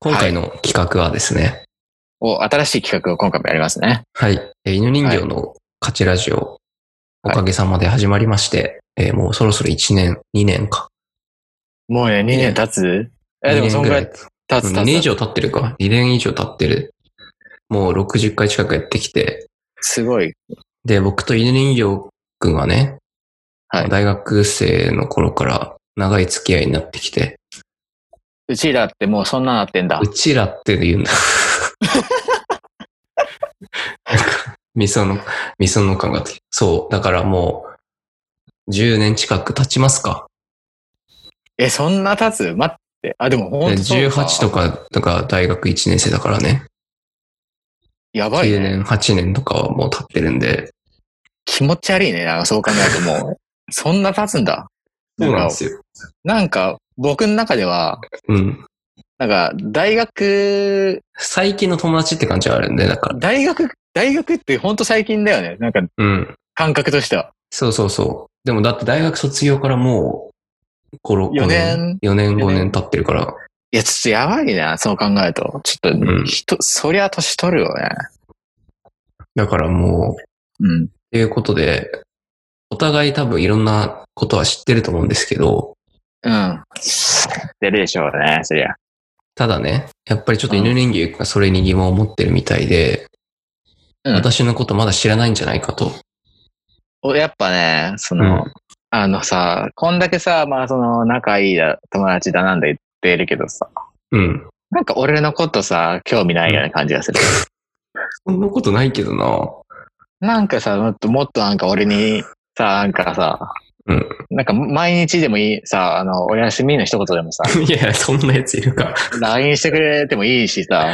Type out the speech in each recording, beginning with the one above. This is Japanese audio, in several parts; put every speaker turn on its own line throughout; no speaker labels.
今回の企画はですね、
お、新しい企画を今回もやりますね。
はい、えー犬人形の勝ちラジオ、おかげさまで始まりまして、えーもうそろそろ1年、2年か。
もうね、2年経つえ、
2
でも
年
そん
ぐ
ぐ
ら
ら
い
い。経つ、
2
経
年以
つ。
上経ってるか。2年以上経ってる。もう60回近くやってきて。
すごい。
で、僕と犬人形くんはね、
はい
大学生の頃から長い付き合いになってきて、
うちらってもうそんななってんだ
う。ちらって言うんだ。 なんか、みその、みその感がつきそう。だからもう、10年近く経ちますか。
え、そんな経つ待って。あ、でもほん
で
とそうか。
18とか、だから大学1年生だからね。
やばい
9
ね。
年、8年とかはもう経ってるんで。
気持ち悪いね。なんかそう考える ともう。そんな経つんだ。
そうなんですよ。
なんか、僕の中では、
うん。
なんか、大学、
最近の友達って感じはあるんで、だから。
大学、大学ってほんと最近だよね。なんか、
うん。
感覚としては。
そうそうそう。でもだって大学卒業からもう、5、6
四年。
4年、5
四
年
年
経ってるから。
いや、ちょっとやばいな、そう考えると。ちょっ
うん
と、人、そりゃ年取るよね。
だからもう、
うん。
ということで、お互い多分いろんなことは知ってると思うんですけど、
うん。出るでしょうね、そりゃ。
ただね、やっぱりちょっと
うん
犬人形がそれに疑問を持ってるみたいで、
うん
私のことまだ知らないんじゃないかと。
おやっぱね、そ
うん
の、あのさ、こんだけさ、まあその、仲いいだ、友達だなんだ言ってるけどさ、
うん。
なんか俺のことさ、興味ないような感じがす る。
そんなことないけどな
なんかさ、もっともっとなんか俺に、さ、なんかさ、
うん。
なんか毎日でもいい、さ、あの、お休みの一言でもさ、
いや、そんなやついるか。
LINE してくれてもいいしさ、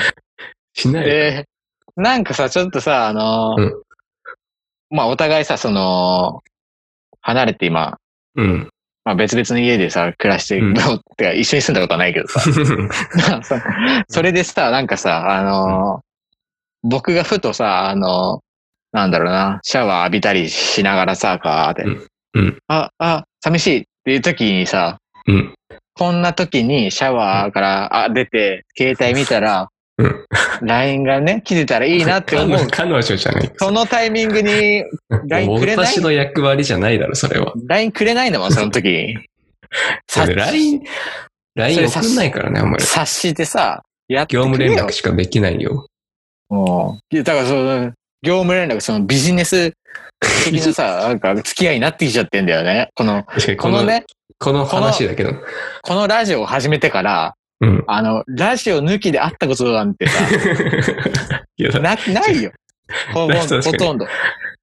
しないよ。
で、なんかさ、ちょっとさ、あの、
うん
まあお互いさ、その、離れて今、
うん。
まあ別々の家でさ、暮らして、
うん
てか一緒に住んだことはないけ どさ、 そそれでさ、なんかさ、あのー僕がふとさ、あのーなんだろうな、シャワー浴びたりしながらさ、かーって、
うんうん
あ、あ、寂しいっていう時にさ、
うん。
こんな時にシャワーから、あ、出て、携帯見たら、
うん。
LINE がね、来てたらいいなって思う。
彼女じゃない。
そのタイミングに、LINE くれない
私の役割じゃないだろ、それは。
LINE くれないのもん、その時に。
それ LINE、LINE 送んないからね、お前。
察してさ、やってく
業
れよ
務連絡しかできないよ。
もういや、だからその、業務連絡、そのビジネス的なさ、なんか付き合いになってきちゃってんだよね。この、
確かに
このね、
この話だけど。
このラジオを始めてから、
うん。
あの、ラジオ抜きで会ったことなん てさ、
いや、
な、ないよ。ほぼ
確かに
ほとんど。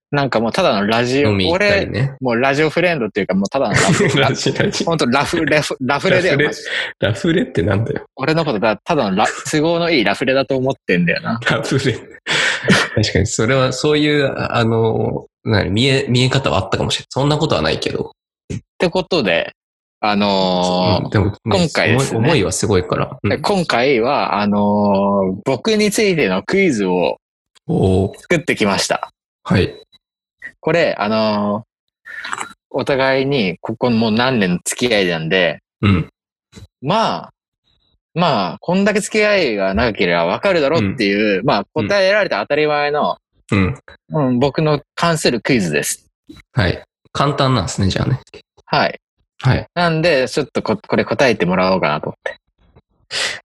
なんかもうただのラジオ、
飲み行ったり
俺、
ね。
もうラジオフレンドっていうか、もうただの ラ
ラジラジ
ほんとラフ、ラフ、ラフレだよ。マジ
ラフレってなんだよ。
俺のことだ、ただのラ、都合のいいラフレだと思ってんだよな。
ラフレ。確かに、それは、そういう、あの、何見え、見え方はあったかもしれない。そんなことはないけど。
ってことで、あのー
うんでも、まあ
今回ですね
思い思いはすごいから。うん
で今回は、あのー僕についてのクイズを
おお
作ってきました。
はい。
これ、あのーお互いに、ここもう何年の付き合いなんで、
うん。
まあ、まあ、こんだけ付き合いが長ければわかるだろうっていう、まあ、答えられた当たり前の、
うん。
うん、僕の関するクイズです。
はい。簡単なんですね、じゃあね。
はい。
はい。
なんで、ちょっとここれ答えてもらおうかなと。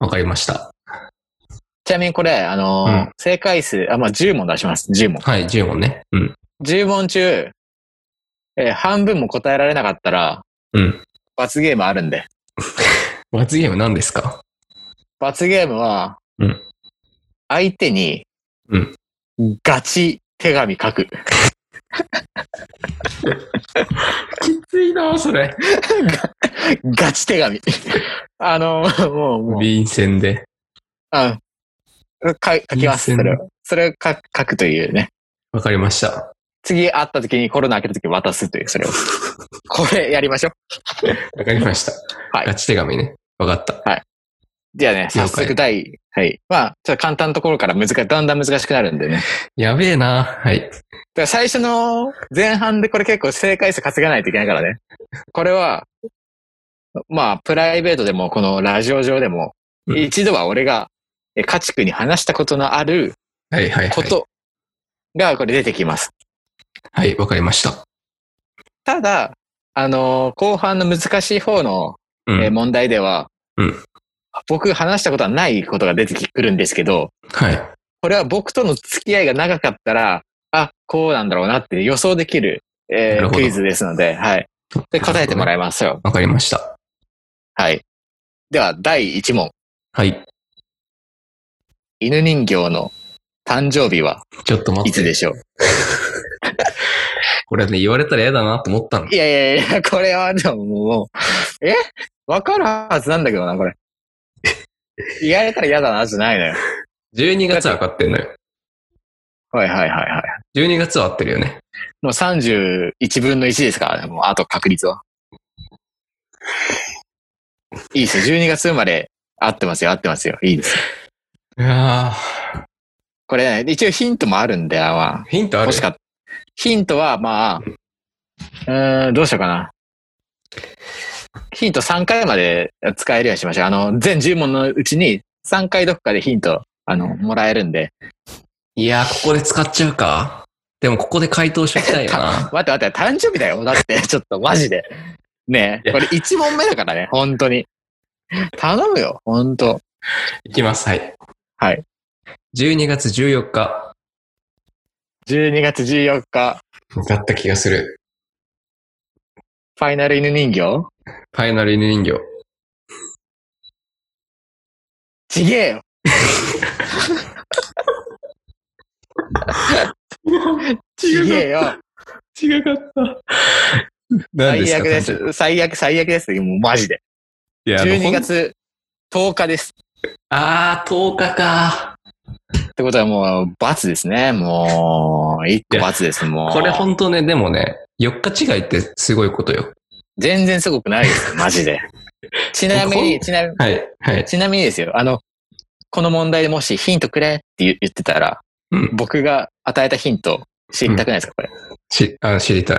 わかりました。
ちなみにこれ、あのー
うん
正解数、あ、まあ、10問出します。10問。
はい、10問ね。うん。
10問中、えー半分も答えられなかったら、
うん。
罰ゲームあるんで。
罰ゲーム何ですか
罰ゲームは、
うん
相手に、
うん
ガチ手紙書く。
きついなそれ。
ガチ手紙。 あのもう、もう、
便箋で。
あか書きます。
便箋
それを。それを書く書くというね。
わかりました。
次会った時にコロナ開けた時に渡すとい う、それを。これやりましょう。
わかりました。
はい
ガチ手紙ね。わかった。
じゃあね、早
了解
速第、はい。まあ、ちょっと簡単なところから難しい、だんだん難しくなるんでね。
やべえなはい。
だから最初の前半でこれ結構正解数稼がないといけないからね。これは、まあ、プライベートでも、このラジオ上でも、
うん
一度は俺がえ家畜に話したことのある
はいはいは
こ
い。
とがこれ出てきます。
はい、わかりました。
ただ、あのー後半の難しい方の、
う
えー
ん。
問題では、
うん
僕話したことはないことが出てくるんですけど、
はい。
これは僕との付き合いが長かったら、あ、こうなんだろうなって予想できる、えー
なるほど
クイズですので、はい。で、答えてもらいますよ。
わかりました。
はい。では、第1問。
はい。
犬人形の誕生日は
ちょっと待
い
って。
つでしょう
これね、言われたら嫌だなと思ったの
い。やいやいや、これはでもも う、えわかるはずなんだけどな、これ。言われたら嫌だな、じゃないのよ。
12月は分かってんのよ。
はいはいはいはい。
12月は合ってるよね。
もう31分の1ですからね、もうあと確率は。いいですよ。12月生まれ、合ってますよ、合ってますよ。いいですよ。
いや
これ、ね、一応ヒントもあるんで、ま
ー、ヒント
あ、
あ
欲
る
しかった。ヒントは、まあ、うーん、どうしようかな。ヒント3回まで使えるようにしましょう。あの、全10問のうちに3回どっかでヒント、あの、もらえるんで。
いやー、ここで使っちゃうか。でも、ここで回答しときたいよな。
待って待って、誕生日だよ。だって、 ちょっとマジで。ね
いや
え、これ1問目だからね、本当に。頼むよ、本当
いきます。はい。
はい。
12月14日。
12月14日、
だった気がする。
ファイナル犬人形
ファイナル犬人形。
ちげえよ。ちげえよ。
違かった。何で
最
すか
悪で
誕生
す。最悪、最悪です。もうマジで。
日いや、あの
12。月10日です。
あー、10日か。
ってことはもう、罰ですね。もう、一個罰です、もう。
これほんとね、でもね、4日違いってすごいことよ。
全然すごくないです、マジで。 ちなみ
ほ
に、
ん
ちなみに、
はい。はい。
ちなみにですよ、あの、この問題でもしヒントくれって言言ってたら、
うん。
僕が与えたヒント知りたくないですか、これ。
し、あ知りたい。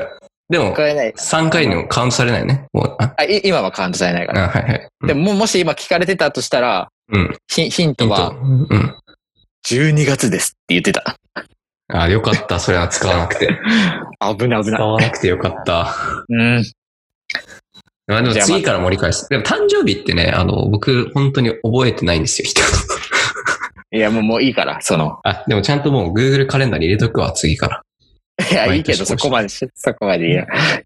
でも
こ、れない。
3回にもカウントされないね。もう、あ、
あい今はカウントされないか
あ
ら。
はいはい。うん
でも、もし今聞かれてたとしたら、
うん。
ヒヒン
ヒ
ト
ント
は、
うん。
12月ですって言ってた。
あ、よかった。それは使わなく て。
危ない危
使
ない。
わなくてよかった。
うん。
まあでも
じゃあまあ
次から盛り返す。でも誕生日ってね、あの、僕、本当に覚えてないんですよ、人の
いや、もう、もういいから、その。
あ、でもちゃんともう Google カレンダーに入れとくわ、次から。
いや、いい
毎
け
年
ど、そこまでし、そこまでいいよ。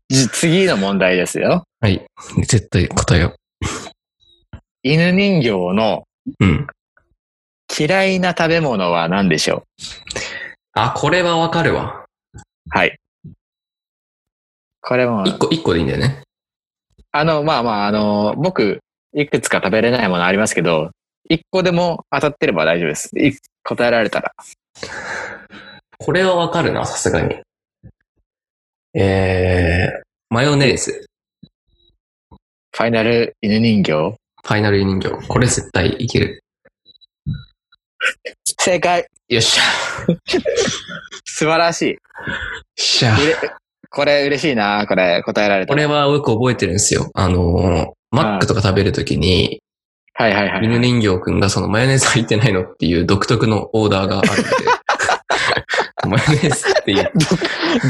じ次の問題ですよ。
はい。絶対答えよ
犬人形の
う。うん。
嫌いな食べ物は何でしょ
あ、これはわかるわ。
うはい。これも、
一個、一個でいいんだよね。
あの、まあまあ、あの、僕、いくつか食べれないものありますけど、一個でも当たってれば大丈夫です。い答えられたら。
これはわかるな、さすがに。えー、マヨネーズ、
ファイナル犬人形
ファイナル人形。これ絶対いける。
正解
よっしゃ。よ
素晴らしい。
っしゃ
う。れこれ嬉しいなこれ答えられた
こ
ら。
れはよく覚えてるんですよ。あのーマックとか食べるときに、
はいはいはい。
犬人形くんがそのマヨネーズ入ってないのっていう独特のオーダーがあ るんで。マヨネーズっていう。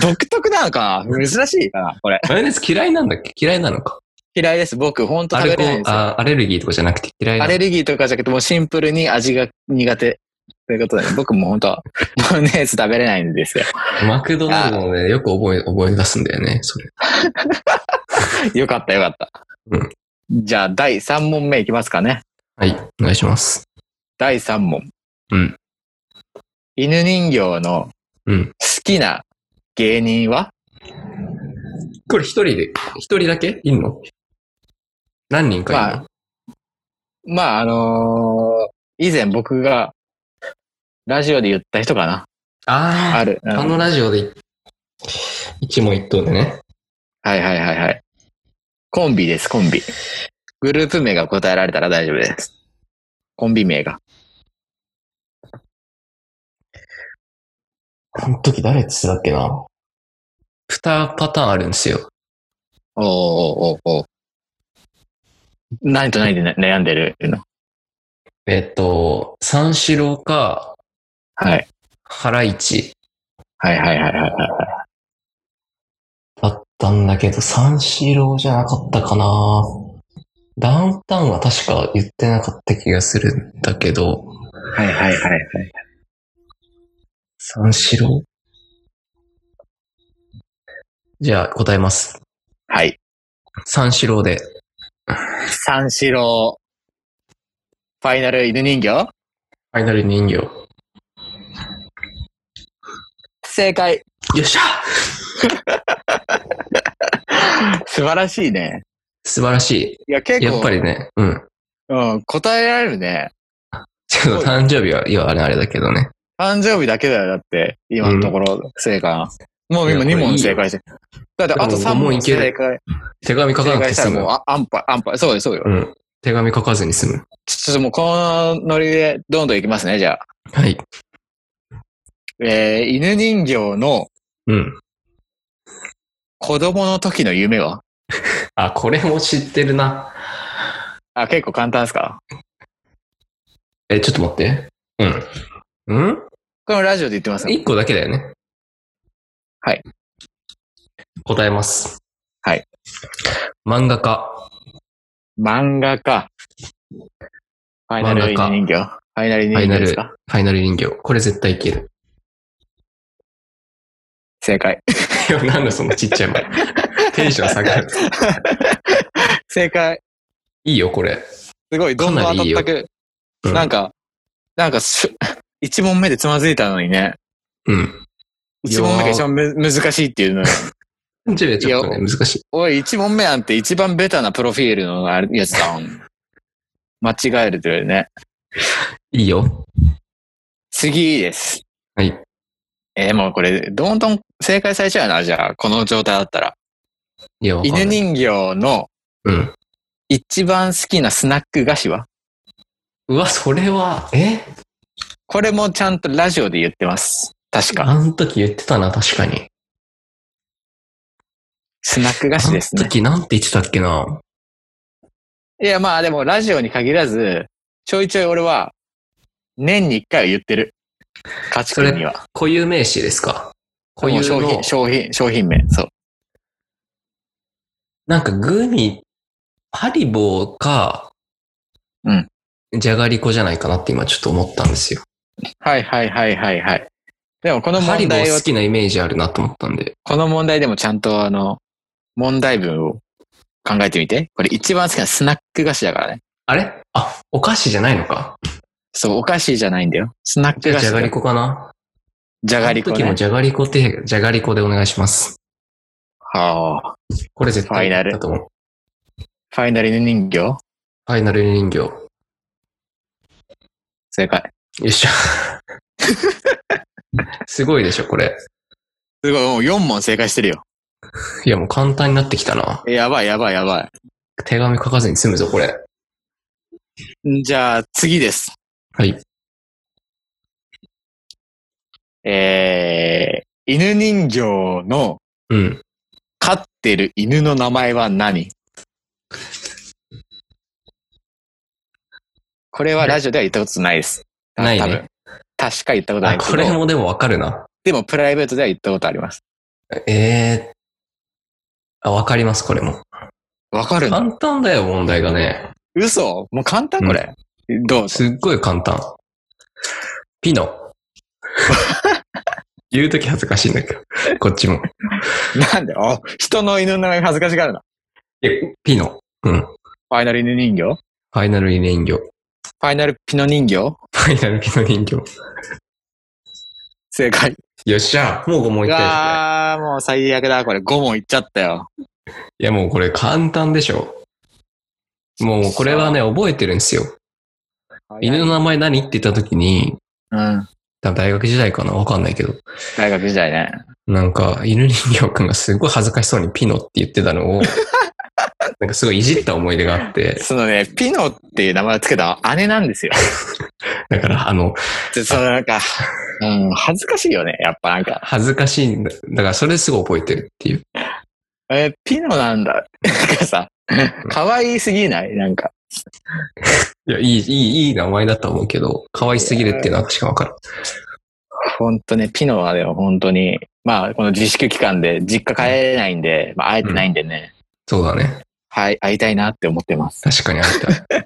独特なのかな珍しいかなこれ。
マヨネーズ嫌いなんだっけ嫌いなのか。
嫌いです。僕、ほんと
ア
食べ
ルコ
れないんですよ。
あアレルギーとかじゃなくて嫌いな
ア
の
レルギーとかじゃなくて、もうシンプルに味が苦手。という ことで、僕も本当は、マヨネーズ食べれないんですよ。
マクドナルドのね、よく覚え、覚え出すんだよね、それ。
よかったよかった。
うん
じゃあ、第3問目いきますかね。
はい、お願いします。
第3問。
うん。
犬人形の
うん。
好きな芸人は
これ一人で、一人だけいんの何人かいるの、
まあ、あのー以前僕が、ラジオで言った人かな
あ
ある。うん
あ、あのラジオで一問一答でね。
はいはいはいはい。コンビです、コンビ。グループ名が答えられたら大丈夫です。コンビ名が。
あの時誰って言ってたっけな。二パターンあるんですよ。
おーおーおーおー何と何で悩んでるの
えっと、三四郎か、
はい。
ハライチ
はいはいはいはいはい。
だったんだけど、三四郎じゃなかったかなダウンタウンは確か言ってなかった気がするんだけど、
はいはいはいはい。
三四郎じゃあ答えます。
はい。
三四郎で。
三四郎、ファイナル犬人形
ファイナル人形。よ
正解。
っしゃ
素晴らしいね。
素晴らし
いや、結
い。
構、
やっぱりね、うん。
うん、答えられるね。
ちょっと誕生日は、いや、あれあれだけどね。
誕生日だけだよ、だって。今のところ、正解は。もう今
いやこれいい
2
よ
問正解して。だって、あと3
もう
問
いける
正解。
手紙書か
正
なく
解
て
した
済
らもう
む。、
あ、安牌、安牌。そうです、そうよ
う。ん。手紙書かずに済む。
ちょっともう、このノリで、どんどんいきますね、じゃあ。
はい。
えー、犬人形の
うん。
子供の時の夢は
あ、これも知ってるな。
あ、結構簡単ですか
え、ちょっと待って。うん。うん
これもラジオで言ってますよ
一個だけだよね。
はい。
答えます。
はい。
漫画家。
漫画か。ファイナル
漫画家
人形。ファイナル
フ
人
ァイ
形
ナ
で
ル、
す
フ
か
ァイナル人形。これ絶対いける。
正解。
いやなんだそのちっちゃい前。テンション下がる。
正解。
いいよ、これ。
すごい、どんどん
かな
当
りいい
た
よ
ったく。
うん
なんか、なんかし、 一問目でつまずいたのにね。
うん。いや
一
ー
問目が一番む難しいっていうのよ。
じゃあちょっとね、難しい。
おい、一問目なんて一番ベタなプロフィールのあれやつだん。間違えるというね。
いいよ。
次です。
はい。
えーもうこれ、どんどん正解されちゃうな、じゃあ、この状態だったら。
いや、わかんな
犬
い。
人形の
うん。
一番好きなスナック菓子は
うわ、それは、え
これもちゃんとラジオで言ってます。確か。
あの時言ってたな、確かに。
スナック菓
あ
子
の
で すね。
時なんて言ってたっけな。
いや、まあでもラジオに限らず、ちょいちょい俺は、年に一回は言ってる。家畜には。
固有名詞ですか固
もう
有
商
の
品、商品、商品名。そう。
なんかグミ、ハリボーか、
うん。
じゃがりこじゃないかなって今ちょっと思ったんですよ。
はいはいはいはいはい。でもこの
ハリ
問
ボ
題
ー
を
好、きなイメージあるなと思ったんで。
この問題でもちゃんとあの、問題文を考えてみて。これ一番好きなスナック菓子だからね。
あれあ、お菓子じゃないのか。
そう、お菓子じゃないんだよ。スナッ
じ
ク
ゃあ
菓子。
じゃがりこかな。
じゃがりこ
あの時
ね
も。じゃがりこって、じゃがりこでお願いします。
はあ。
これ絶対
ファイナル
だと思う。
ファイナル人形
ファイナル人形。よ
正解。
い しょ。すごいでしょ、これ。
すごい、もう4問正解してるよ。
いや、もう簡単になってきたな。
やばいやばいやば
手紙書かずに済むぞ、これ。
い。じゃあ、次です。
はい。
えー、犬人形の
うん。
飼ってる犬の名前は何これはラジオでは言ったことないです。
ないね
多分。確か言ったことな
あ、
いけ
これ
ど、
もでもわかるな。
でもプライベートでは言ったことあります。
ええあ、わかります、これも。
わかるの
簡単だよ、問題がね。
嘘もう簡単これ。ど う
すっごい簡単。ピ ノ。言うとき恥ずかしいんだけど、こっちも。
なんでお人の犬の名前恥ずかしがるな。
いやピノ。うん。フ
ファイナル犬人形フ
ァイナル人形。フ
ァイナルピノ人形
ァイナルピノ人形。
正解。
よっしゃもう5問
う
いったよこ
わー、もう最悪だ。これ5問いっちゃったよ。
れいや、もうこれ簡単でしょ。もうこれはね、覚えてるんですよ。犬の名前何って言ったときに、
うん。
多分大学時代かなわかんないけど。
大学時代ね。
なんか、犬人形くんがすごい恥ずかしそうにピノって言ってた のを、なんかすごいいじった思い出があって、
そのね、ピノっていう名前をつけた姉なんですよ。
だから、あの、
でそのなんか、うん、恥ずかしいよね。やっぱなんか、
恥ずかしいんだ。だから、それすごい覚えてるっていう。
え、ピノなんだ。なんかさ、可愛すぎないなんか。
いや、いい、いい、いい名前だと思うけど、可愛すぎるっていうのは確かわかる。
ほんとね、ピノはね、本当に、まあ、この自粛期間で実家帰れないんで、まあ、会えてないんでね、
そうだね。
はい、会いたいなって思ってます。
確かに会いたい。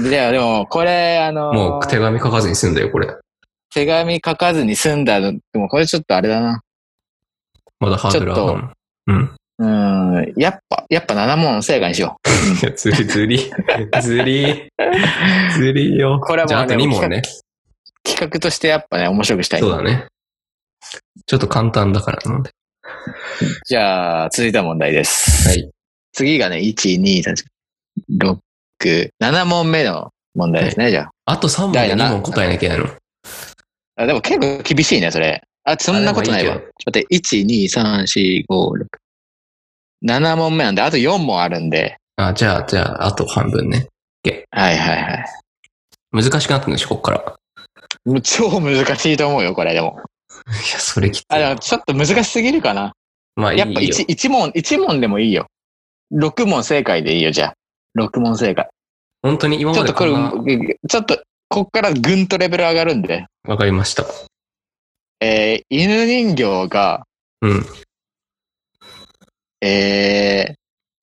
じゃあ、でも、これ、あのー
もう手紙書かずに済んだよ、これ。
手紙書かずに済んだの、でもこれちょっとあれだな。
まだハードル
ちょ
上がる。うん。
うん、やっぱ、やっぱ7問正解にしよう。
いや、ずりずり。 ずり。ずりよ。
これはもうね
じゃあ、あと2問ね。
企画としてやっぱね、面白くしたい。
そうだね。ちょっと簡単だからなので。
じゃあ、続いた問題です。
はい。
次がね、1、2、3、6、7問目の問題ですね、じゃ
あと3問
だ
で
よな
2問答えなきゃいけないの。
あ。あでも結構厳しいね、それ。あ、そんなことない
あ
わ。ち
で
ょ
も
っと待って、1、2、3、4、5、6。7問目なんで、あと4問あるんで。
あ、じゃあ、じゃあ、あと半分ね。
はいはいはい。
難しくなったんでしょ、こっ から。い
もう超難しいと思うよ、これでも。
や、それきつい。
あ、でもちょっと難しすぎるかな。
まあ、いい
やっ
よ
ぱ。一一問、一問でもいいよ。六問正解でいいよ、じゃあ。6問正解。
本当に今
ちょ
ま
っ
で
とこれ
こんな、
ちょっと、こっからぐんとレベル上がるんで。
わかりました。
えー、犬人形が、
うん。
えー、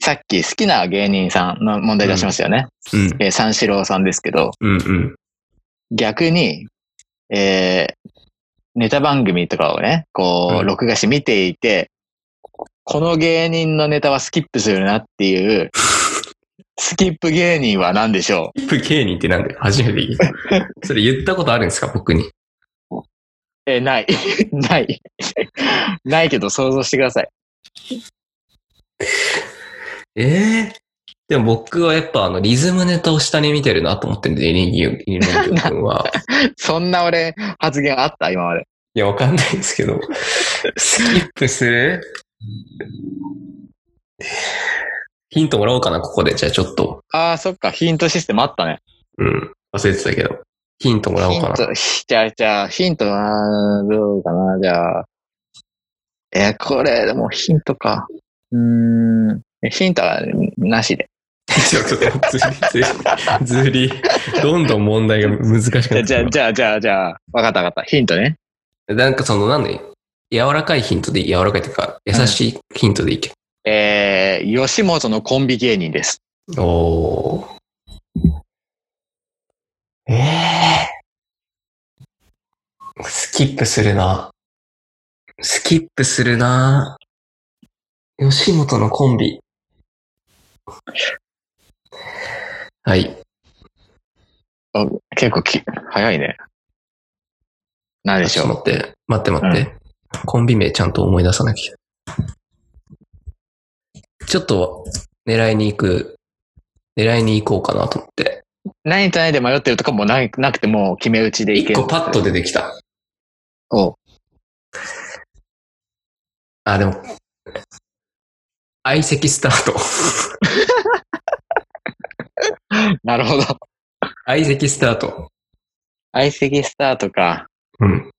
さっき好きな芸人さんの問題出しましたよね。
うん。
えー三四郎さんですけど、
うんうん。
逆に、えー、ネタ番組とかをね、こ
う
う、
ん
録画して見ていて、この芸人のネタはスキップするなっていう、スキップ芸人は何でしょう
ヒップ芸人ってなんで初めて聞 いた。それ言ったことあるんですか、僕に。
えーない。 ない。ないけど想像してください。
ええでも僕はやっぱあの、リズムネタを下に見てるなと思ってるんで、リンギュリンギュ君 は。
そんな俺、発言あった今まで。
いや、わかんないですけど。スキップするヒントもらおうかな、ここで。じゃあちょっと。
ああ、そっか、ヒントシステムあったね。
うん。忘れてたけど。ヒントもらお
ヒ
う
ン
かな。
ト、ひじゃあ、じゃあ、ヒントは、どうかな、じゃあ。えーこれ、でもヒントか。うーん。ヒントは、なしで。
ちょっとずりずり、ずり。どんどん問題が難しくなってく
じゃあ、
る
じゃあ、じゃあ、じゃあ、じゃあ、わかったわかった。ヒントね。
なんかその、なんで、柔らかいヒントでいい、柔らかいというか、優しいヒントでいいけ
えー、吉本のコンビ芸人です。
ど。おー。ええスキップするな。スキップするな。吉本のコンビ。はい。
結構き、早いね。何でし
ちょ
ょ
っ
う
と。待って、待って待って。コンビ名ちゃんと思い出さなきゃ。ちょっと狙いに行く、狙いに行こうかなと思って。
何と何で迷ってるとかもななくても決め打ちでいけ
一
る。
個パッと出てきた。
おう
あ、でも、相席スタート。
なるほど。
相席スタート。
相席スタートか。
うん。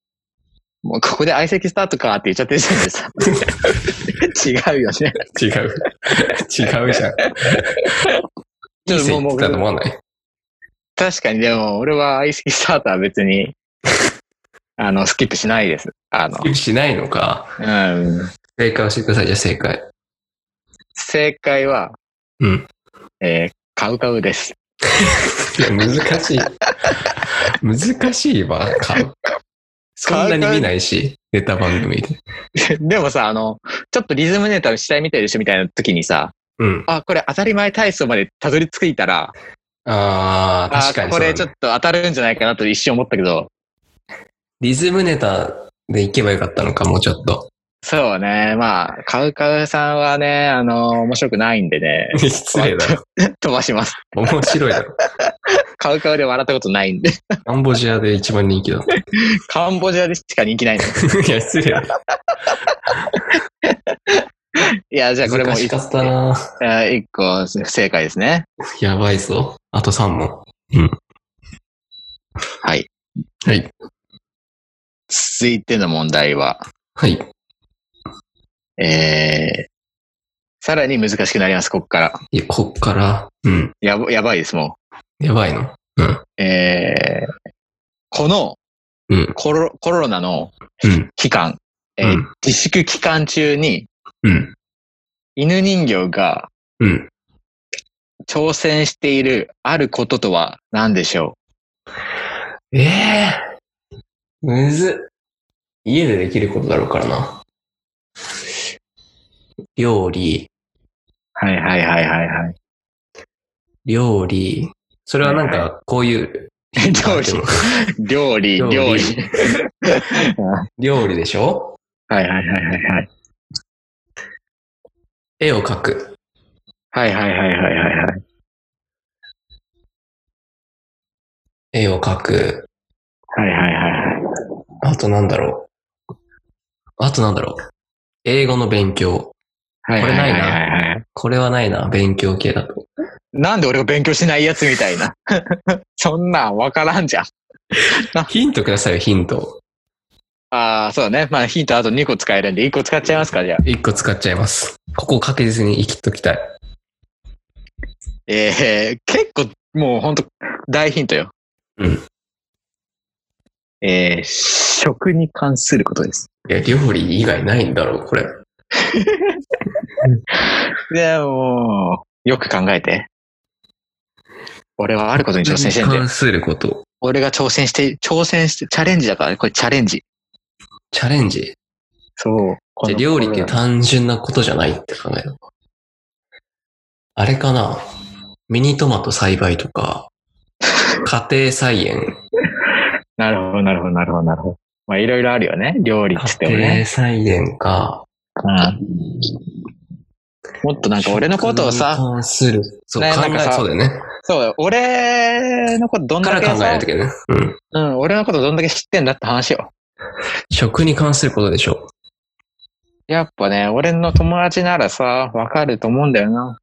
もうここで相席スタートかって言っちゃってるじゃないですか。 違うよね。
違う。 違うじゃん。
ちょっともう
相席スタート思わない
確かにでも俺は相席スタートは別に、 あの、スキップしないです。あの、
しないのか。
うん。
正解教えてください。じゃあ正解。
正解は、
うん。
えー、カウカウです。
いや、難 しい。難しいわ、買う。そんなに見ないし、ネタ番組で。
でもさ、あの、ちょっとリズムネタを下に見てるでしょみたいな時にさ、
うん。
あ、これ当たり前体操までたどり着いたら、
ああ、
あ
確かにそ
こ
うだね
れちょっと当たるんじゃないかなと一瞬思ったけど、
リズムネタでいけばよかったのか、もうちょっと。、
そうね。まあ、カウカウさんはね、あの、面白くないんでね
失礼だろ。
飛ばします。
面白いだろ。
カウカウで笑ったことないんで。
カンボジアで一番人気だ。
カンボジアでしか人気 ないの。
いや、失礼だろ。
いや、じゃあこれも
難
一
しかったな
えー一個不正解ですね。
やばいぞ。あと3問。
はい。
はい。
続いての問題は、
はい。
えー、さらに難しくなります、こっから。
いや、こっから、うん。
やば、やばいです、も
やばいの。うん。
う。えー、この
うん。
コロコロナの
うん。
期間、えー
うん
自粛期間中に
うん。
犬人形が
うん。
挑戦しているあることとは何でしょ
ええー。むずっ。家でできることだろうからな。料理、
うはいはいはいはいはい。
料理。それはなん
はい
か、こういう。
料理料理、
料理
料理。
料理でしょ
はいはいはいはいはい。
絵を描く。
はいはいはいはいはいはい。
絵を描く。
はいはいはいはい。
あとなんだろう。あとなんだろう。英語の勉強。
はい
こ
は
れ
い
な
はいい
な
はいはい。
これはないな、勉強系だと。
なんで俺が勉強しないやつみたいな。 そんなんわからんじゃん。
ヒントくださいよ、ヒント。
ああ、そうね。まあヒントあと2個使えるんで1個使っちゃいますか、じゃあ。
一個使っちゃいます。ここを確実に生きときたい。
えー、結構もうほんと大ヒントよ。
うん。
えー、食に関することです。
いや、料理以外ないんだろう、これ。
でもう、よく考えて。俺はあることに挑戦してんだよ
関。すること。
俺が挑戦して、挑戦して、チャレンジだからね、これチャレンジ。
チャレンジ。
そう。
じゃあ料理って単純なことじゃないって考えるあれかなミニトマト栽培とか、家庭菜 園。
なるほど、なるほど、なるほど、なるほど。まあ、いろいろあるよね。料理っつって
家
もね
庭。菜園か。
うんもっとなんか俺のことを
食
さ、
に関する。そう、
ね
考
なんか
え、
さ
そうだよね。
そう、俺のことどん
か
だ
ら
け
考えない
さ
と、いけないね。うん。
うん、俺のことどんだけ知ってんだって話よ。
食に関することでしょ
やっぱね、俺の友達ならさ、わかると思うんだよな。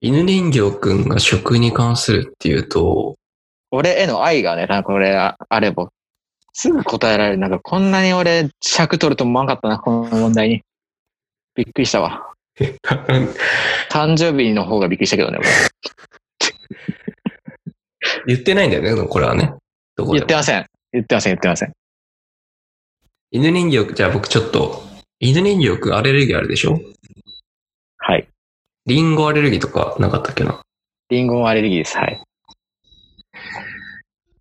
犬人形くんが食に関するっていう と、
俺への愛がね、なんか俺ああれば、すぐ答えられる。なんかこんなに俺尺取ると思わんかったな、この問題に。びっくりしたわ。誕生日の方がびっくりしたけどね、俺
言ってないんだよね、でもこれはね。どこで
言っ
も
てません。言ってません、言ってません。
犬人形、じゃあ僕ちょっと、犬人形くんアレルギーあるでしょ
はい。
リンゴアレルギーとかなかったっけな
リンゴもアレルギーです。はい。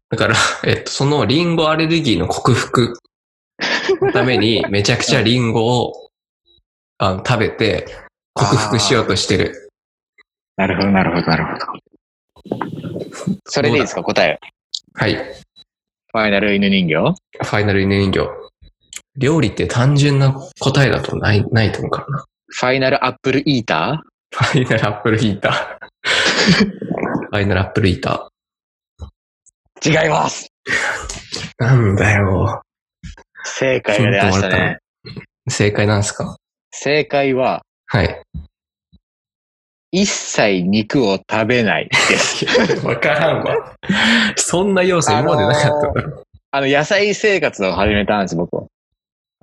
だから、 えっと、そのリンゴアレルギーの克服のため に、めちゃくちゃリンゴを、あの、食べて、克服しようとしてる。
なるほど、なるほど、なるほど。それでいいですか、答え。
はい。
ファイナル犬人形
ファイナル犬人形。料理って単純な答えだとない、ないと思うからな。
ファイナルアップルイータ
ファイナルアップルヒー ター。ファイナルアップルヒータ
ー違います
ー。なんだよ。
正解が出ました
ヒントもら
ね
っ。正解なんですか
正解は、
はい。
一切肉を食べないです。
わからんわ。そんな要素今までなかったんだろ。
あの、野菜生活を始めたんです、僕は。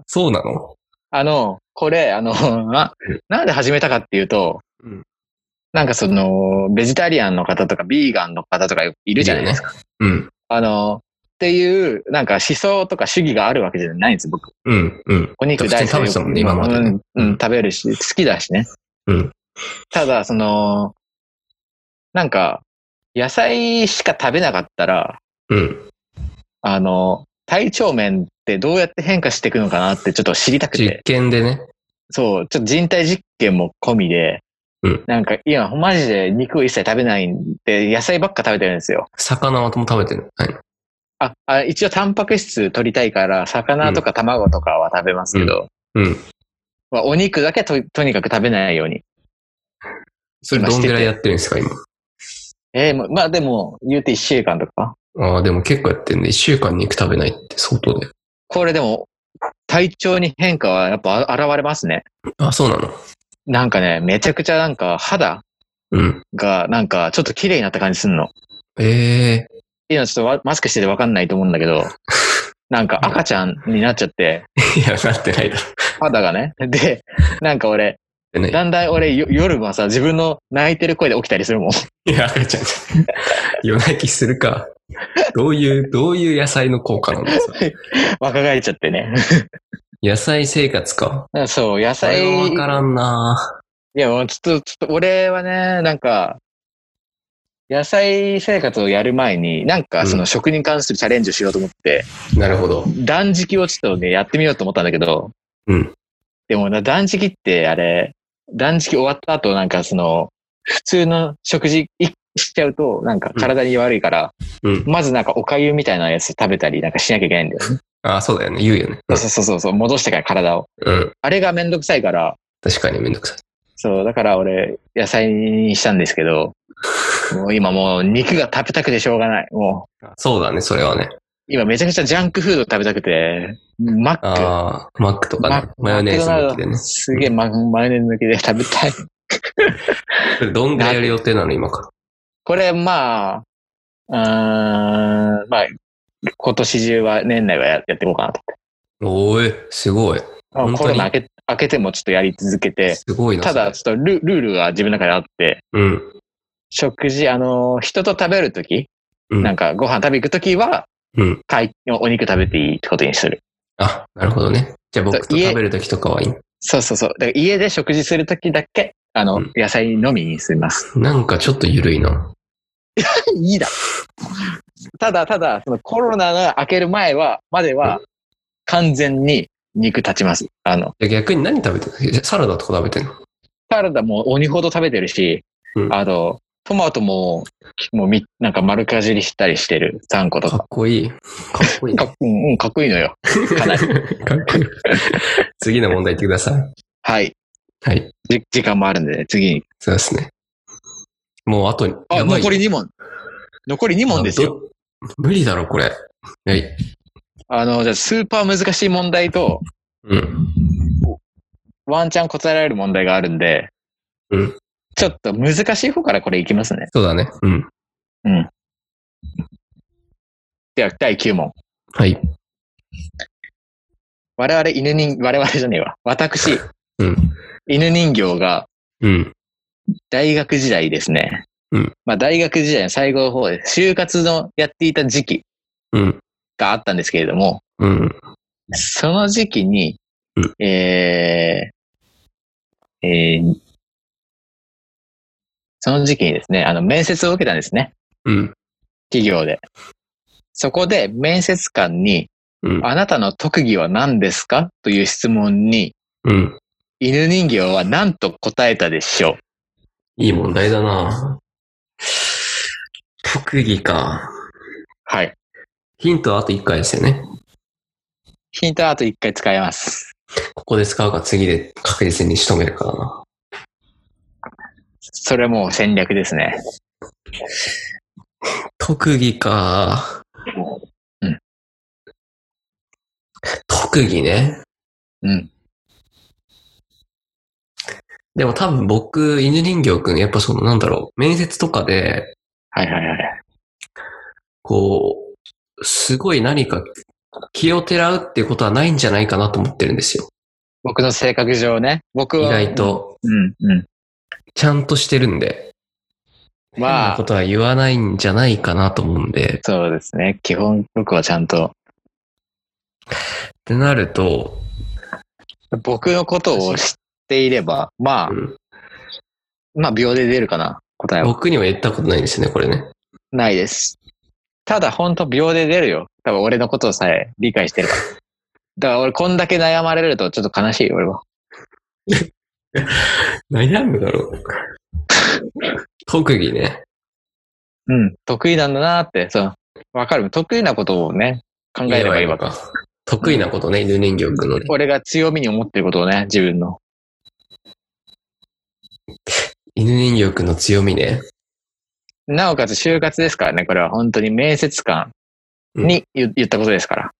そうなの
あの、これ、あの、な、なんで始めたかっていうと、
うん
なんかその、ベジタリアンの方とか、ビーガンの方とかいるじゃないですか。
うん。
あの、っていう、なんか思想とか主義があるわけじゃないんです、僕。
うん。うん。
お肉大好き。
普通に食べてたもんね今までね
うん、うん、食べるし、好きだしね。
うん。
ただ、その、なんか、野菜しか食べなかったら、
うん。
あの、体調面ってどうやって変化していくのかなってちょっと知りたく
実
て、
験でね。
そう、ちょっと人体実験も込みで、
うん
なんか今、マジで肉を一切食べないんで、野菜ばっか食べてるんですよ。
魚はとも食べてる。はい。
あ、あ一応タンパク質取りたいから、魚とか卵とかは食べますけど、
うん。
まあお肉だけととにかく食べないように。
それ
今
ど
し
ん
てて
ぐらいやってるんですか、今。
えーままあでも、言うて1週間とか。
ああ、でも結構やってんね。一週間肉食べないって相当で。
これでも、体調に変化はやっぱ現れますね。
あ、そうなの
なんかね、めちゃくちゃなんか肌
うん。
がなんかちょっと綺麗になった感じすんの。
ええ
今ちょっとわマスクしててわかんないと思うんだ けど、なんか赤ちゃんになっちゃって、
いや、なってないだろ。
肌がね。で、なんか俺、
でね
だんだん俺よ夜はさ、自分の泣いてる声で起きたりするもん。
いや、赤ちゃん。夜泣きするか。どういう、どういう野菜の効果なんですか
若返っちゃってね。
野菜生活か。
そう、野
そ
菜。
れはわからんない
や、もうちょっと、ちょっと、俺はね、なんか、野菜生活をやる前に、なんかそ
うん
の食に関するチャレンジをしようと思って、
なるほど。
断食をちょっとね、やってみようと思ったんだけど、
うん。
でもな断食ってあれ、断食終わった後なんかその、普通の食事いしちゃうと、なんか体に悪いから、
うん。
まずなんかお粥みたいなやつ食べたりなんかしなきゃいけないんだよ。
ああ、そうだよね。言うよね。
そうそうそうそう、戻してから体を。
うん。
あれがめんどくさいから、
確かにめんどくさい。
そう、だから俺、野菜にしたんです けど、もう今もう肉が食べたくてしょうがない。もう、
そうだね、それはね。
今めちゃくちゃジャンクフード食べたくて、マック。
ああ、マックとかね。マヨネーズ
マクドナ
抜
ルド
きでね。
すげえママヨネーズ抜きで食べたい。
それどんぐらいやる予定なの、今から。
これ、まあ、うーん、まあ、今年中は、年内はややっていこうかなと
おーえ、すごい。
思って。まあ
本当
コ
に
ロナ明け明けてもちょっとやり続けて、
すごいな。
ただ、
そ
ちょっとルルールが自分の中であって、
れ、うん。
食事、あの、人と食べるとき、
うん
なんかご飯食べ行くときは、
うん。
かいお肉食べていいってことにする。
あ、なるほどね。じゃあ僕と
家
食べるときとかはいい。
そうそうそう。だから家で食事するときだけ、あの、
うん
野菜のみに します。
なんかちょっと緩いな。
いいだ。ただ、ただ、そのコロナが明ける前は、までは、完全に肉立ちます。あの、
じゃあ逆に何食べてるのサラダとか食べてるの
サラダも鬼ほど食べてるし、
うん
あと、トマトも、もうみ、なんか丸かじりしたりしてる。3個と
か
か。
っこいい。かっこいい。
かっうん、うん、かっこいいのよ。かなり。
かっこいい。次の問題行ってください。
はい。
はい。
じ時間もあるんで、ね、次に。
そうですね。もうあと、
あ、
やばい
残り2問。残り2問ですよ。。
あど無理だろ、これ。はい。
あの、じゃあスーパー難しい問題と、
うん。
ワンチャン答えられる問題があるんで、
うん
ちょっと難しい方からこれいきますね。
そうだね。うん。
では、第9問。
はい。
我々犬人、我々じゃねえわ。私、
うん。
犬人形が
うん。
大学時代ですね。
うん
まあ大学時代の最後の方で、就活のやっていた時期
うん。
があったんですけれども、
うん。
その時期に、
う
えー、えーその時期にですね、あの、面接を受けたんですね。
うん。
企業で。そこで面接官に、
うん。
あなたの特技は何ですかという質問に、
うん。
犬人形は何と答えたでしょう
いい問題だな特技か。
はい。
ヒントはあと1回ですよね。
ヒントはあと1回使えます。
ここで使うか次で確実に仕留めるからな。
それもう戦略ですね。
特技か。
うん。
特技ね。
うん。
でも多分僕、犬人形くん、やっぱそのなんだろう、面接とかで、
はいはいはい。
こう、すごい何か気をてらうっていうことはないんじゃないかなと思ってるんですよ。
僕の性格上ね。僕
意
は。
外。と、
うんうん。
ちゃんとしてるんで。変
ま
な
あ
こ、とは言わないんじゃないかなと思うんで。
そうですね。基本僕はちゃんと、
ってなると、
僕のことを知っていれば、まあ
う、ん
まあ秒で出るかな。答えは。
僕には言ったことないんですね、これね。
ないです。ただほんと秒で出るよ。多分俺のことをさえ理解してるから。 だから俺こんだけ悩まれるとちょっと悲しい、俺は。
悩むだろう。特技ね。
うん。得意なんだなって、そう。わかる。得意なことをね、考えればいいわけ。
か。 得意なことね、犬人形くんのね。
俺が強みに思ってることをね、自分の。
犬人形くんの強みね。
なおかつ就活ですからね、これは本当に面接官に言,、言ったことですから。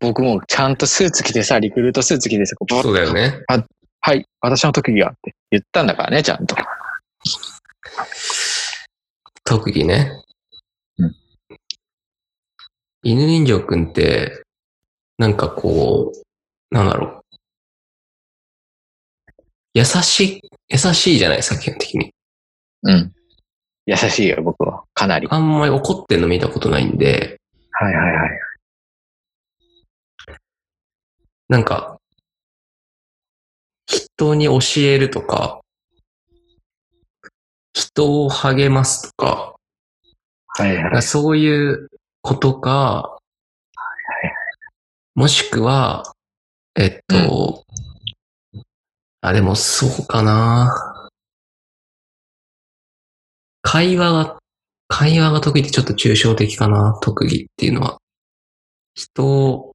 僕もちゃんとスーツ着てさ、リクルートスーツ着てさ、こう
そうだよね。
はい、私の特技がって言ったんだからね、ちゃんと。
特技ね。
うん
犬人形くんって、なんかこう、なんだろう。優しい、優しいじゃないですか、基本的に。
うん。優しいよ、僕は。かなり。
あんまり怒ってんの見たことないんで、
はいはいはい。
なんか、人に教えるとか、人を励ますとか、
はいはい。
そういうことか
いは、
もしくは、えっと、あ、でもそうかな。会話が、会話が得意ってちょっと抽象的かな、特技っていうのは。人を、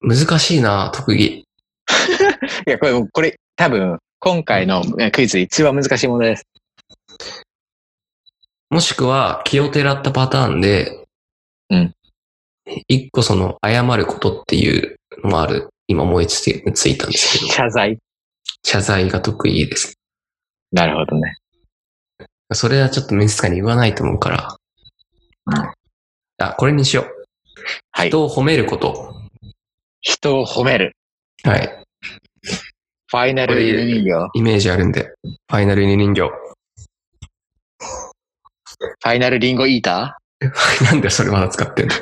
難しいな、特技。
いや、これ、これ、多分、今回のえクイズ一番難しい問題です。
もしくは、気をてらったパターンで、
うん。
一個その、謝ることっていうのもある。今思いついついたんですけど、
謝罪。
謝罪が得意です。
なるほどね。
それはちょっと面接官に言わないと思うから。
うん
あ、これにしよう。
はい。
人を褒めること。
人を褒める。
はい。
ファイナルイルミング。
イメージあるんで。ファイナル犬人形。
ファイナルリンゴイータ
なんでそれまだ使ってんの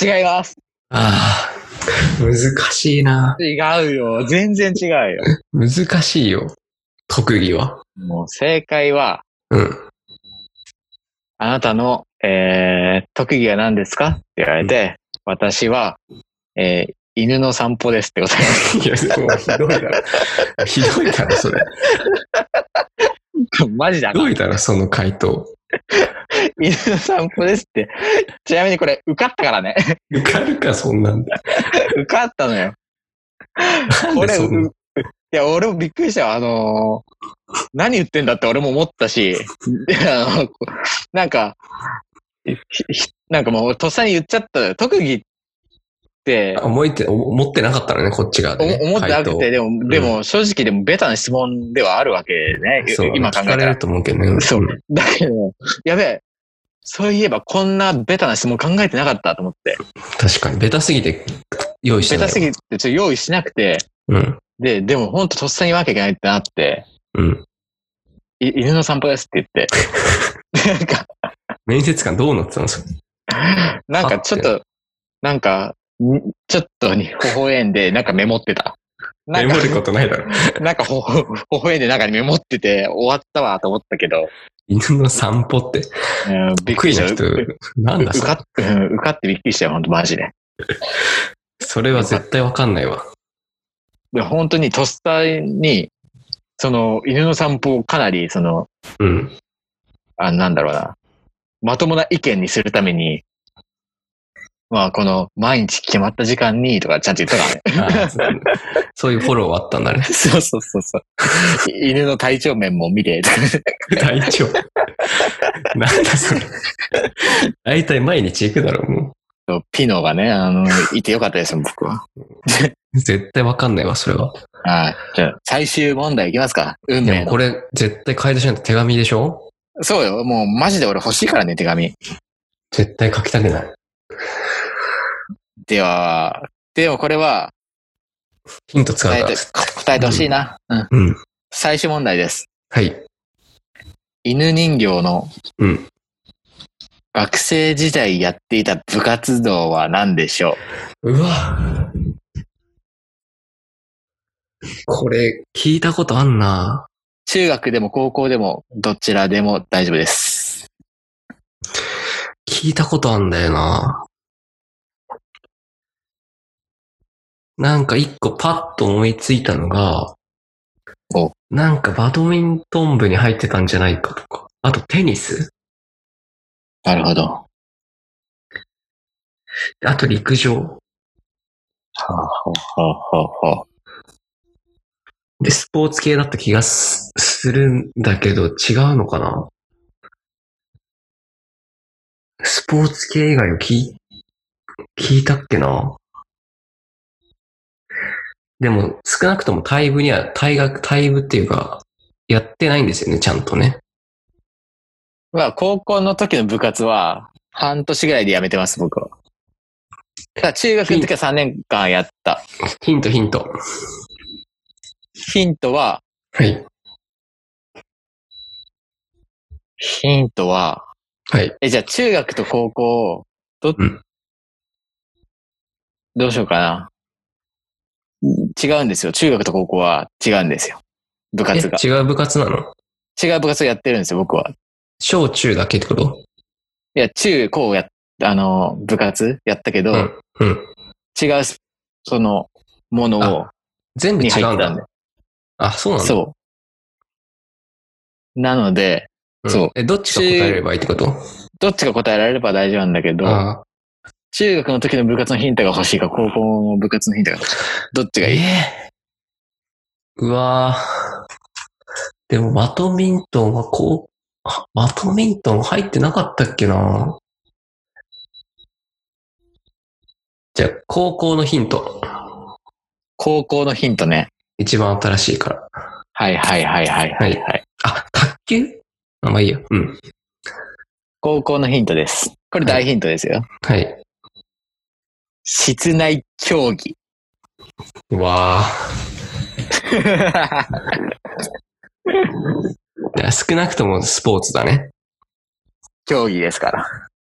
ー違います。
ああ、難しいな。
違うよ。全然違うよ。
難しいよ。特技は。
もう正解は、
うん。
あなたの、えー、特技は何ですかって言われて、私は、えー、犬の散歩ですって答えま
いや、でもひどいだろ。 ひどいだろ、それ。
す。マジだ
ひ。どいだろ、その回答。
犬の散歩ですって。ちなみにこれ、受かったからね。
受かるか、そんなんで。
受かったのよ。
なんで
俺、
そん
う
ない
や、俺もびっくりしたよ。あのー何言ってんだって俺も思ったし、で あのなんか、ひひなんかもうとっさに言っちゃったよ。特技って、
思いって、思ってなかったのね、こっちが、ね。
お思ってなくて、
回
でも、でも正直でもベタな質問ではあるわけね。
答。そう、
今考
聞
えた
かられ。ると思うけどね。
そうだけど、やべえ。そういえばこんなベタな質問考えてなかったと思って。
確かに、ベタすぎて用意して
ベ
ない。
タすぎてちょっと用意しなくて、
うん。
で、でもほんととっさに言わなきゃいけないってなって、
うん。
い犬の散歩ですって言 って。なんか、
面接官どうなってたのそれ。
なんかちょっと、なんか、んちょっとに微笑んで、なんかメモってた。なんか
メモることないだろ。
なんかほほ微笑んでなんかメモってて終わったわと思ったけど、
犬の散歩って、
うん、びっく
得
り
意
した
な。人
う、
なんだ
受
そ
か
れ。
っうん受かってびっくりしたよ、ほんとマジで。
それは絶対わかんないわ。
で、本当にとっさに、その、犬の散歩をかなり、その、
うん。
あなんだろうな。まともな意見にするために、まあ、この、毎日決まった時間に、とか、ちゃんと言ったからね。
あー そうそういうフォローはあったんだね。
そうそうそうそう。犬の体調面も見て、 とか
体調。なんだそれ。大体毎日行くだろ、も
そうピノがね、あの、いてよかったですよ、僕は。
う。絶対わかんないわ、それは。
はい。じゃあ、最終問題いきますか。運
で
命
も
の
これ、絶対買い出しなんて手紙でしょ
そうよ。もう、マジで俺欲しいからね、手紙。
絶対書きたくない。
では、でもこれは、
ヒント使う
答え
か
て
ら。、
答えてほしいな。うん。
うん。
最終問題です。
はい。
犬人形の
うん。
学生時代やっていた部活動は何でしょう
うわ。これ、聞いたことあんな。
中学でも高校でもどちらでも大丈夫です。
聞いたことあんだよな。なんか一個パッと思いついたのが
お、
なんかバドミントン部に入ってたんじゃないかとか。あとテニス
なるほど。
あと陸上。
ほうほうほうほうほう
で、スポーツ系だった気がすするんだけど、違うのかなスポーツ系以外を聞い、聞いたっけなでも、少なくとも大部には、大学、大部っていうか、やってないんですよね、ちゃんとね。
まあ、高校の時の部活は半年ぐらいで辞めてます、僕は。だから中学の時は3年間やった。
ヒント、ヒント。
ヒントは、
はい。
ヒントは、
はい。
え、じゃあ中学と高校、ど、
うん
どうしようかな。違うんですよ。中学と高校は違うんですよ。部活が。
え違う部活なの
違う部活をやってるんですよ、僕は。
小中だけってこと
いや、中高や、あの、部活やったけど、
うん。うん。
違うス、その、ものを、
全部違
に入
う
っ
ん
たん
だ。
で。
あ、そうなんだ。
そう。なので、
ん
そう
え、どっちが答えればいいってこと
どっちが答えられれば大丈夫なんだけど、
ああ。
中学の時の部活のヒントが欲しいか、高校の部活のヒントが欲しいか、どっち がいい
えーうわぁ。でも、バドミントンはこう、あバドミントン入ってなかったっけなじゃあ、高校のヒント。
高校のヒントね。
一番新しいから。
はいはいはいはいはい、はい
あ、卓球あ、まあいいや。うん。
高校のヒントです。これ大ヒントですよ。
はい。
室内競 技。
うわぁ。いや少なくともスポーツだね。
競技ですから。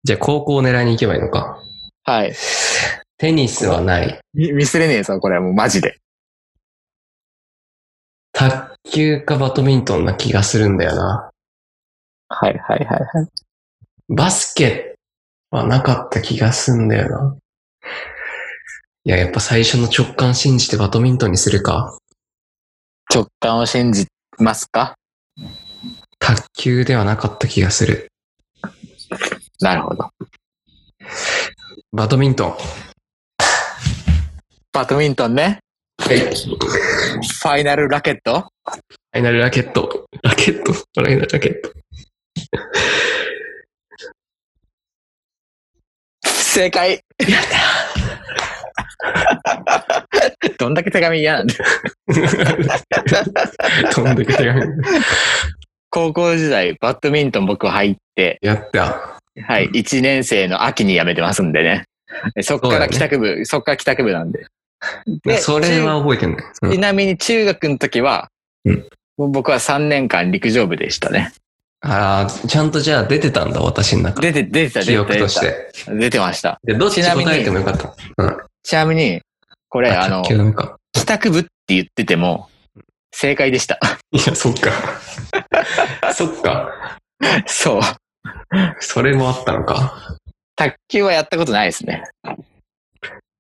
じゃあ、高校を狙いに行けばいいのか。
はい。
テニスはない。
みミスれねえぞ、これはもうマジで。
卓球かバドミントンな気がするんだよな。
はいはいはいはい。
バスケはなかった気がするんだよな。いや、やっぱ最初の直感信じてバドミントンにするか。
直感を信じますか
卓球ではなかった気がする。
なるほど。
バドミントン。は
バドミントンね。
い。フ
ファイナルラケット
ァイナルラケット。ラケットファイナルラケット。
正解 どんだけ手紙嫌なんだよ
飛んでけ手紙。
高校時代、バドミントン僕入って、
やった。
はい、1年生の秋に辞めてますんでね。そっから帰宅部、そ,、っから帰宅部なんで。で
それは覚えてない。うん
ちなみに中学の時は、
うん
僕は3年間陸上部でしたね。
ああ、ちゃんとじゃあ出てたんだ、私の中。
出て、出てた、出
記
てた
憶と
出
してて。
た。出てました。
で、どっち答えてもよかった。
ちなみに、これ、あの、
卓球ダメか。
帰宅部って言ってても、正解でした。
いや、そっか。 そっか。
そう。
それもあったのか。
卓球はやったことないですね。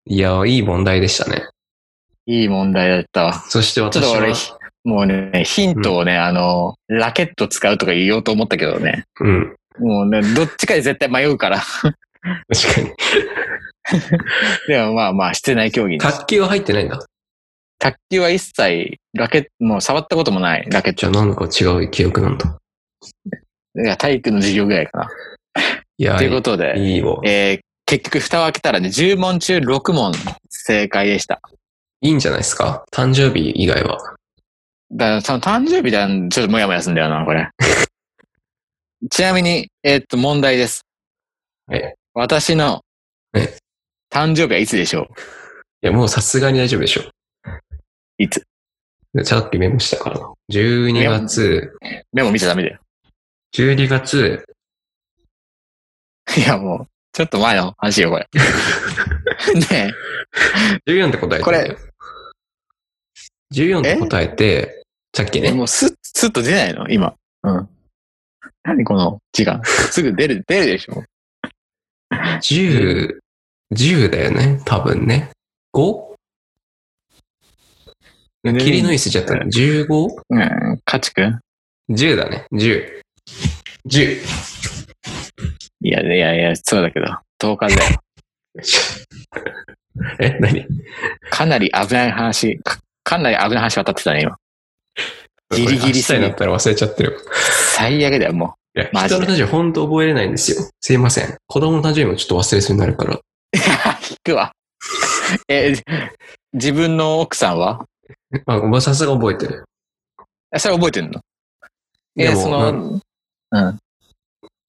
いや、いい問題でしたね。
いい問題だったわ。
そして私
ちょっと
は
俺、もうね、ヒントをね、あの、ラケット使うとか言おうと思ったけどね。
うん。
もうね、どっちかで絶対迷うから。
確かに。
でもまあまあ、室内競技に。
卓球は入ってないんだ。
卓球は一切、ラケット、もう触ったこともない、ラケッ
じゃあなんか違う記憶なんだ。
ト。いや、体育の授業ぐらいかな。
いや、
ということで、
いいよ。
えー、結局蓋を開けたらね、10問中6問正解でした。
いいんじゃないですか誕生日以外は。
だから、その誕生日だん、ちょっともやもやすんだよな、これ。 ちなみに、えーっと、問題です。
はい
私の
はい、
誕生日はいつでしょう
いや、もうさすがに大丈夫でしょ。
いつ
でさっきメモしたからな。12月、
メモ見ちゃダメだよ。
12月、
いや、もう、ちょっと前の話 よ、これ。ね
14って答えてんだよ。14って答えて、さっき
え、え
ね、
もうスッ、スッと出ないの今。うん。何この時 間。すぐ出る、出るでしょ。
10、10だよね、多分ね。5? 霧のいすじゃったら 15?10
うん、かちくん
だね、10。10。
いや、いやいや、そうだけど、10日だよ。
え、何
かなり危ない話、かかなり危ない話渡ってたね、今。ギリギリ
さえなったら忘れちゃってる。
最悪だよ、も
いや、
マジで
人の誕生日本当覚えれないんですよ。すいません。子供の誕生日もちょっと忘れそうになるから。
う。引くわ。 え、自分の奥さんは
まあ、おばさすが覚えてる。
えそれ覚えてんの
で
え、
も
その、うん。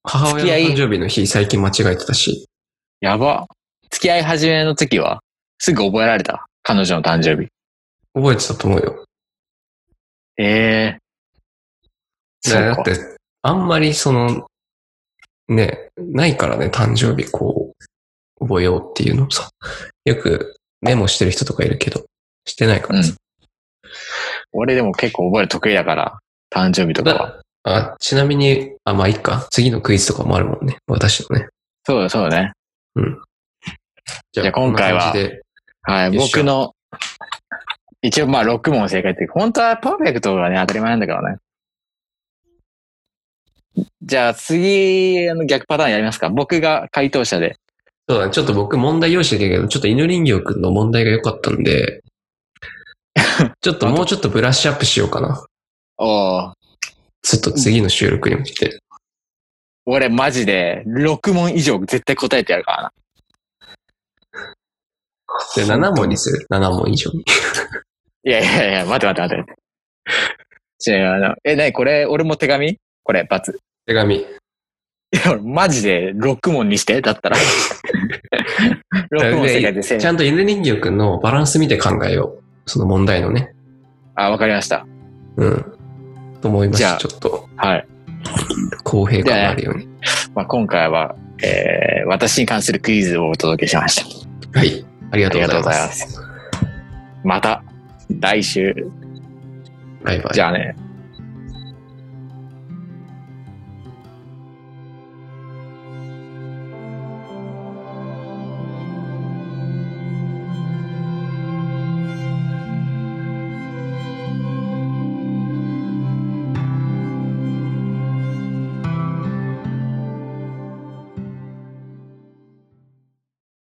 母
付き合
親
い
の誕生日の日最近間違えてたし。
やば。付き合い始めの時は、すぐ覚えられた。彼女の誕生日。
覚えてたと思うよ。
ええ
だ
そう
だ
か
っ。て、あんまりその、ね、ないからね、誕生日こう、覚えようっていうのもさ。よくメモしてる人とかいるけど、してないからさ。
俺でも結構覚える得意だから、誕生日とかは。
だあちなみに、あ、まあいいか。次のクイズとかもあるもんね。私のね。
そうだ、そうだね。
じ
じゃあ今回
こ
は
んな感じで
はい、
よっしゃ
僕の、一応まあ6問正解っていう、本当はパーフェクトがね、当たり前なんだけどね。じゃあ次、あの逆パターンやりますか。僕が回答者で。
そうだね。ちょっと僕問題用意してるけど、ちょっと犬人形くんの問題が良かったん で、ちょっともうちょっとブラッシュアップしようかな。
おー
ちょっと次の収録に向けて。
俺マジで6問以上絶対答えてやるからな。
で、7問にする。7問以上に。
いやいやいや、待って待って待って。違う、あの、え、なにこれ、俺も手紙これ、罰。
手紙。
いや、俺マジで6問にして、だったら。6問正解で正
ちゃんと犬人形くんのバランス見て考えよう。その問題のね。
あ、わかりました。
うん。と思いま
じゃあ
す。ちょっと
はい。
公平感があるように。
まあ、今回は、えー、私に関するクイズをお届けしました。
はい。ありがとうございま
ありがとうござい
す。
また、来週。
バイバイ
じ。ゃあね。